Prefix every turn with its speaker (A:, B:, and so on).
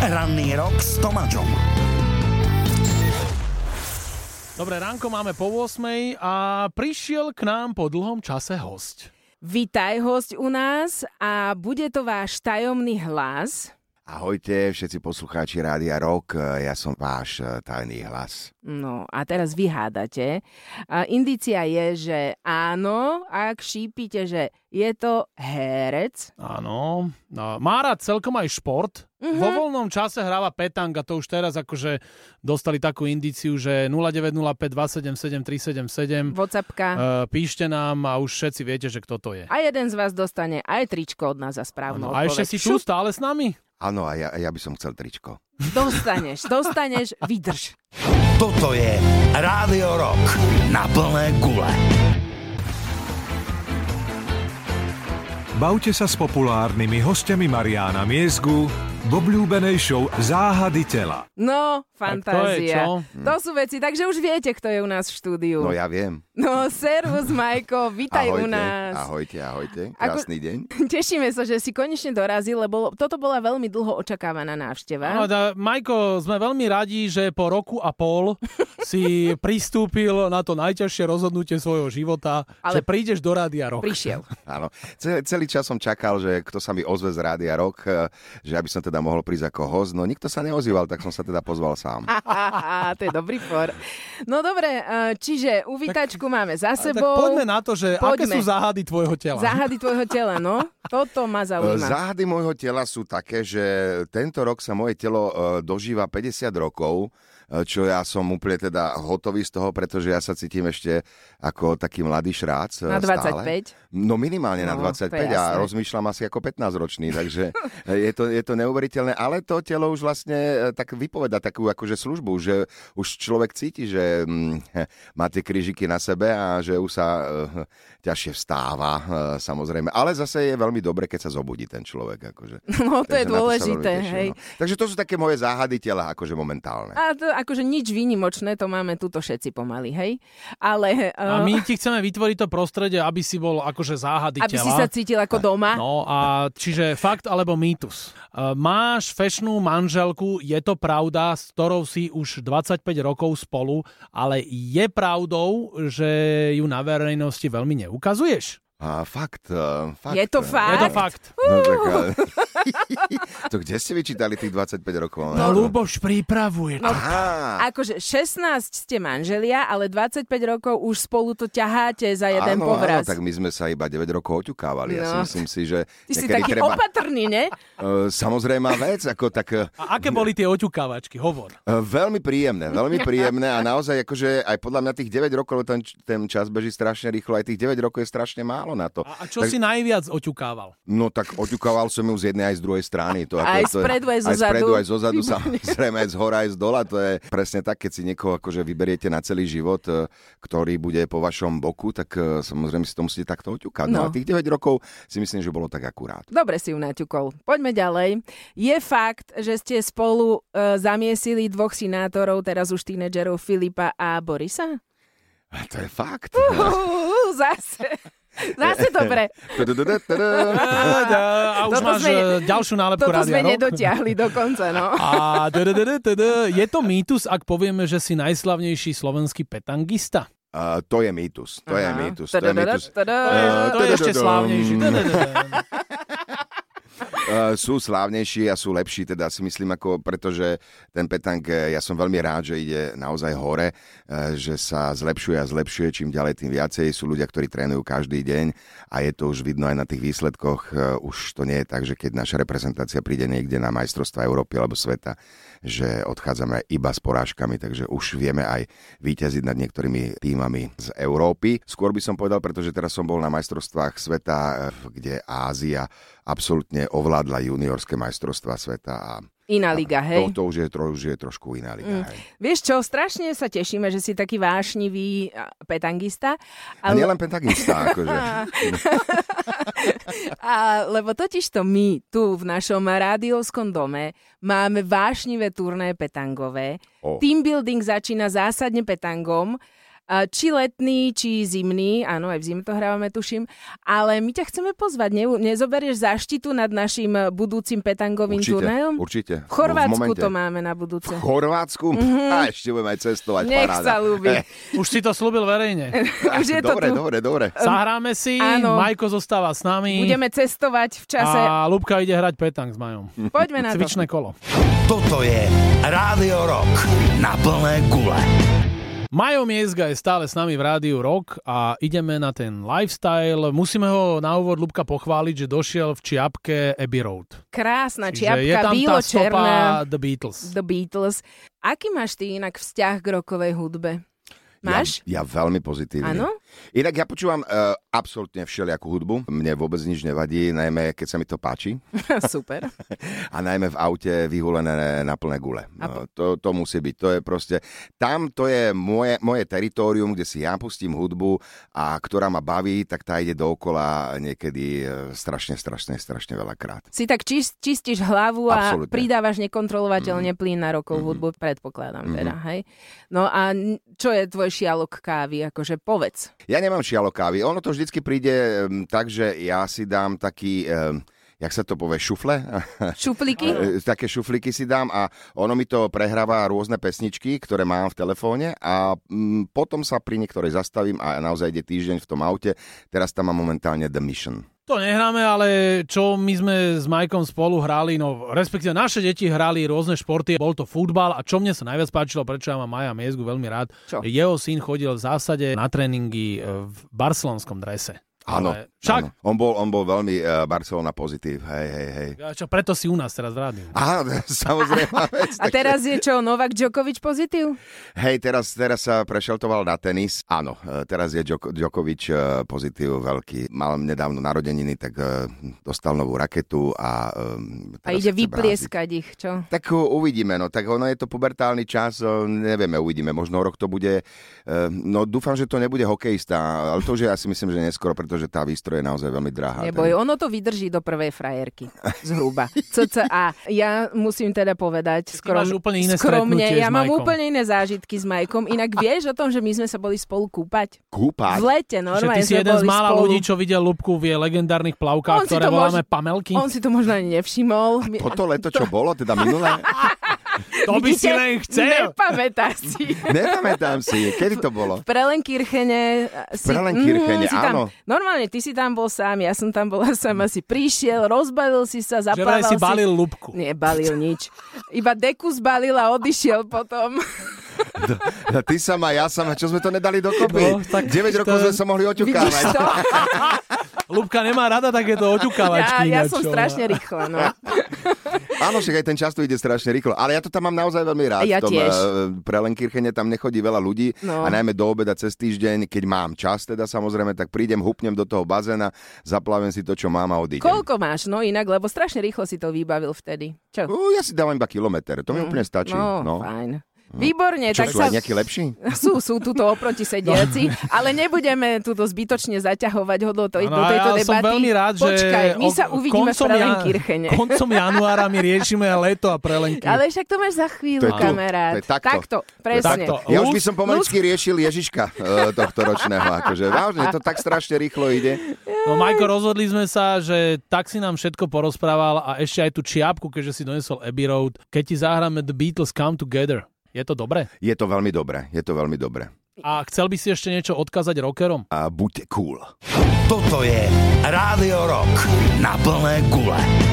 A: Ranný rok s Tomáčom.
B: Dobré ránko, máme po 8 a prišiel k nám po dlhom čase host.
C: Vítaj host u nás a bude to váš tajomný hlas.
D: Ahojte všetci poslucháči Rádia Rok, ja som váš e, tajný hlas.
C: No a teraz vyhádate. A indícia je, že áno, ak šípite, že je to herec.
B: Áno, no, má rád celkom aj šport. Vo voľnom čase hráva petang a to už teraz akože dostali takú indíciu, že 0905 277 377
C: Vocapka.
B: Uh, píšte nám a už všetci viete, že kto to je.
C: A jeden z vás dostane aj tričko od nás za
B: Áno,
C: správnu
B: a ešte
C: odpoveď.
B: si tu stále s nami?
D: Áno, a ja, a ja by som chcel tričko.
C: Šup, Dostaneš, dostaneš, vydrž.
A: Toto je Rádio Rok na plné gule.
E: Bavte sa s populárnymi hostiami Mariána Miezgu v obľúbenej show Záhady tela.
C: No,
B: Tak to je čo?
C: fantázia. to sú veci, takže už viete, kto je u nás v štúdiu.
D: No ja viem.
C: No, servus, Majko, vítaj
D: ahojte,
C: u nás.
D: ahojte, ahojte.
C: Ako-
D: Krásny deň.
C: Tešíme sa, že si konečne dorazil, lebo toto bola veľmi dlho očakávaná návšteva.
B: Áno, da, Majko, sme veľmi radi, že po roku a pol si pristúpil na to najťažšie rozhodnutie svojho života, Ale... že
C: Ale-
B: prídeš do rádia rok.
C: Prišiel.
D: Áno. Ce- Celý čas som čakal, že kto sa mi ozve z Rádia Rok, e, že aby som teda mohol prísť ako host. No nikto sa neozýval, tak som sa teda pozval sám.
C: to je dobrý for. No dobre, eh, čiže uvítačku máme za
B: Tak
C: sebou.
B: poďme na to, že aké
C: Poďme.
B: sú záhady tvojho tela.
C: Záhady tvojho tela, no. Toto ma
D: E,
C: zaujíma.
D: Záhady môjho tela sú také, že tento rok sa moje telo e, dožíva 50 rokov, e, čo ja som úplne teda hotový z toho, pretože ja sa cítim ešte ako taký mladý šrác. e,
C: Na
D: Stále.
C: 25.
D: No minimálne
C: No,
D: na
C: to je
D: 25 a
C: jasné.
D: rozmýšľam asi ako 15-ročný, takže eh, je to, je to neuveriteľné, ale to telo už vlastne e, tak vypoveda takú akože službu, že už človek cíti, že mm, má tie krížiky na sebe a že už sa e, ťažšie vstáva e, samozrejme, ale zase je veľmi dobre, keď sa zobudí ten človek. Akože.
C: No to je
D: Takže na sa
C: dôležité,
D: veľmi teším,
C: hej.
D: no. Takže to sú také moje záhady tela akože momentálne.
C: A to akože nič výnimočné, to máme tuto všetci pomaly, hej. Ale... eh,
B: A my ti chceme vytvoriť to prostredie, aby si bol akože záhady
C: aby
B: tela.
C: si sa cítil ako doma.
B: No a čiže fakt alebo mýtus. E, Máš fešnú manželku, je to pravda, s ktorou si už 25 rokov spolu, ale je pravdou, že ju na verejnosti veľmi neukazuješ?
D: A fakt, e, fakt.
C: Je to
D: e,
B: Je to
C: Fakt?
B: fakt.
D: No, tak, ale- to kde ste vyčítali tých 25 rokov?
B: No, Luboš pripravuje. No,
D: Aha.
C: Akože 16 ste manželia, ale 25 rokov už spolu to ťaháte za jeden
D: áno,
C: povraz.
D: Áno, tak my sme sa iba 9 rokov oťukávali. Ja si
C: No.
D: myslím si, že
C: Ty si
D: niekedy
C: taký
D: treba...
C: opatrný, ne?
D: Eh, samozrejmá vec, ako tak... eh,
B: A aké boli tie oťukávačky? Hovor.
D: Eh, Veľmi príjemné, veľmi príjemné a naozaj akože aj podľa mňa tých 9 rokov, lebo ten, č- ten čas beží strašne rýchlo, aj tých 9 rokov je strašne málo na to.
B: A, a čo tak... si najviac oťukával?
D: No tak oťukával som ju z jednej aj z druhej strany. To,
C: Aj
D: to,
C: spredu, aj
D: Aj
C: zozadu.
D: spredu, aj zozadu, samozrejme aj z hora, aj z dola. To je presne tak, keď si niekoho akože vyberiete na celý život, e, ktorý bude po vašom boku, tak e, samozrejme si to musíte takto oťukať. No.
C: No.
D: a tých 9 rokov si myslím, že bolo tak akurát.
C: Dobre si ju naťukol. Poďme ďalej. Je fakt, že ste spolu e, zamiesili dvoch sinátorov, teraz už tínedžerov Filipa a Borisa?
D: A to je fakt.
C: Uú, zase. Zase dobre.
D: Tudududutudú.
B: A, a už
C: Toto
B: máš
C: sme-
B: e, ďalšiu nálepku
C: Toto
B: Rádia
C: sme
B: Rock.
C: nedotiahli do konca, no.
B: A drdrdrd, je to mýtus, ak povieme, že si najslavnejší slovenský petangista.
D: A to je mýtus, to je
C: Aha.
D: mýtus, to je
C: Tadadada,
D: mýtus. E,
C: tadá.
B: To je, E, to je ešte
D: Tadadadam.
B: slávnejší.
D: Uh, sú slávnejší a sú lepší, teda si myslím, ako, pretože ten petang, eh, ja som veľmi rád, že ide naozaj hore, eh, že sa zlepšuje a zlepšuje, čím ďalej, tým viacej. Sú ľudia, ktorí trénujú každý deň a je to už vidno aj na tých výsledkoch. Eh, Už to nie je tak, že keď naša reprezentácia príde niekde na majstrovstvá Európy alebo sveta, že odchádzame iba s porážkami, takže už vieme aj víťaziť nad niektorými týmami z Európy. Skôr by som povedal, pretože teraz som bol na majstrovstvách sveta, eh, kde Ázia absolútne ovládla juniorské majstrovstvá sveta a
C: Iná liga, hej.
D: To, to už, je, tro, už je trošku iná liga. Mm. Hej.
C: Vieš čo, strašne sa tešíme, že si taký vášnivý a, petangista.
D: A nielen pentagista, akože.
C: A, lebo totižto my tu v našom rádiovskom dome máme vášnivé turné petangové.
D: O.
C: Team building začína zásadne petangom. A Či letný, či zimný, áno, aj v zime to hrávame, tuším, ale my ťa chceme pozvať. Ne, nezoberieš zaštitu nad našim eh, budúcim petangovým
D: Určite,
C: turnajom?
D: určite. No,
C: V Chorvátsku
D: momente.
C: to máme na budúce.
D: V Chorvátsku? Mm-hmm. A ešte budeme aj cestovať.
C: Nech
D: paráda.
C: sa ľúbi.
B: Už si to slúbil verejne.
C: Už je to
D: dobre,
C: tu.
D: dobre, dobre.
B: Zahráme si,
C: áno.
B: Majko zostáva s nami
C: Budeme cestovať v čase.
B: a Lubka ide hrať petang s Majom.
C: Poďme na to.
B: Cvičné kolo.
A: Toto je Rádio Rock na plné gule.
B: Majo Miezga je stále s nami v Rádiu Rock a ideme na ten lifestyle. Musíme ho na úvod Lubka pochváliť, že došiel v čiapke Abbey Road.
C: Krásna
B: Čiže je
C: čiapka,
B: tam tá stopa
C: bílo-černá.
B: The Beatles.
C: The Beatles. Aký máš ty inak vzťah k rokovej hudbe? Máš?
D: Ja, ja veľmi pozitívne.
C: Áno?
D: Inak ja počúvam uh, absolútne všelijakú hudbu. Mne vôbec nič nevadí, najmä keď sa mi to páči.
C: Super.
D: A najmä v aute vyhulené na plné gule. No, to, to musí byť. To je proste... Tam to je moje, moje teritorium, kde si ja pustím hudbu a ktorá ma baví, tak tá ide dookola niekedy e, strašne, strašne, strašne veľakrát.
C: Si tak čist, čistíš hlavu a
D: Absolútne.
C: pridávaš
D: Mhm.
C: nekontrolovateľne plyn na rokovú hudbu, predpokladám teda, hej? No a n- čo je tvoj šialok kávy? Akože povedz.
D: Ja nemám šialo kávy. Ono to vždycky príde um, tak, že ja si dám taký... Um, jak sa to povie, šufle?
C: Šupliky?
D: E, Také šuflíky si dám a ono mi to prehráva rôzne pesničky, ktoré mám v telefóne a mm, potom sa pri niektorej zastavím a naozaj ide týždeň v tom aute. Teraz tam mám momentálne The Mission.
B: To nehráme, ale čo my sme s Majkom spolu hrali, no respektíve naše deti hrali rôzne športy, bol to futbal a čo mne sa najviac páčilo, prečo ja mám Maja Miezgu veľmi rád,
C: Čo?
B: jeho syn chodil v zásade na tréningy e, v barcelonskom drese.
D: Áno,
B: Ale však.
D: áno. On, bol, on bol veľmi uh, Barcelona pozitív, hej, hej, hej.
B: Ja, čo, preto si u nás teraz v rádiu.
D: Á, samozrejme. vec,
C: A
D: takže-
C: teraz je čo, Novak Djokovic pozitív?
D: Hej, teraz, teraz sa prešeltoval na tenis. Áno, e, teraz je Djok- Djokovic e, pozitív veľký. Mal nedávno narodeniny, tak e, dostal novú raketu a... e,
C: A ide
D: teraz chce bráziť.
C: vyplieskať ich, čo?
D: Tak e, uvidíme, no. Tak ono je to pubertálny čas, e, nevieme, uvidíme. Možno rok to bude... e, No dúfam, že to nebude hokejista, ale to už je, ja si myslím, že neskoro, pretože tá výstroj je naozaj veľmi drahá.
C: Neboj, ono to vydrží do prvej frajerky. Zhruba. CCA. Ja musím teda povedať skrom,
B: máš úplne iné
C: skromne.
B: stretnutie
C: Ja
B: s
C: mám
B: Majkom.
C: úplne iné zážitky s Majkom. Inak vieš o tom, že my sme sa boli spolu kúpať? V
D: Kúpať.
C: lete,
B: Že
C: normálne
B: ty si
C: sme
B: jeden z
C: boli
B: mála
C: spolu.
B: ľudí, čo videl Lubku v jej legendárnych plavkách,
C: On si
B: ktoré
C: to môže-
B: voláme Pamelky.
C: On si to možno ani nevšimol. My-
D: Toto leto, čo bolo, teda minulé?
B: To by si
C: Vidíte?
B: len chcel.
C: Nepamätá si.
D: Nepamätám si, kedy to bolo?
C: V Prelenkirchene eh, si, mhm,
D: Prelenkirchene,
C: si tam,
D: áno.
C: Normálne, ty si tam bol sám, ja som tam bola sama, si prišiel, rozbalil si sa,
B: Že vraj
C: zapával
B: si balil Lubku.
C: Nebalil nič. Iba deku zbalil a odišiel potom.
D: A ty sama, ja sama, čo sme to nedali dokopy?
B: No, tak
D: 9 rokov
B: to-
D: sme sa mohli
C: Vidíš
D: oťukávať.
C: to?
B: Lubka nemá rada takéto
C: Ja,
B: oťukávačky.
C: ja
B: ináč,
C: som
B: ona-
C: strašne rýchla, no.
D: Áno, však aj ten čas tu ide strašne rýchlo. Ale ja to tam mám naozaj veľmi rád.
C: Ja
D: v tom,
C: tiež.
D: eh, Prelenkirchene tam nechodí veľa ľudí.
C: No.
D: A najmä do obeda cez týždeň, keď mám čas teda samozrejme, tak prídem, hupnem do toho bazéna, zaplavem si to, čo mám a odídem.
C: Koľko máš? No inak, lebo strašne rýchlo si to vybavil vtedy. Čo?
D: No, ja si dávam iba kilometr, to mi úplne stačí.
C: No,
D: No.
C: fajn. Výborne,
D: Čo
C: tak
D: sú
C: sa...
D: aj nejakí lepší?
C: Sú, sú tuto oproti sediaci, ale nebudeme tuto zbytočne zaťahovať ho do, tej,
B: No. Áno,
C: do
B: a
C: tejto
B: ja
C: debaty.
B: som veľmi rád, že
C: Počkaj, my
B: o-
C: sa uvidíme v
B: koncom jan-
C: Prelenkirchene.
B: Koncom januára my riešime leto a prelenky.
C: Ale však to máš za chvíľu,
D: To je tu.
C: kamarát.
D: To je takto.
C: takto, presne.
B: Takto.
D: Ja už
B: Luz-
D: by som pomaličky riešil Ježiška e, tohto ročného. Akože, vážne, to tak strašne rýchlo ide.
B: No Majko, rozhodli sme sa, že tak si nám všetko porozprával a ešte aj tú čiapku, keďže si donesol Abbey Road. Keď ti zahráme The Beatles Come Together, je to dobre?
D: Je to veľmi dobré, je to veľmi dobré.
B: A chcel by si ešte niečo odkázať rockerom?
D: A buďte cool.
A: Toto je Rádio Rock na plné gule.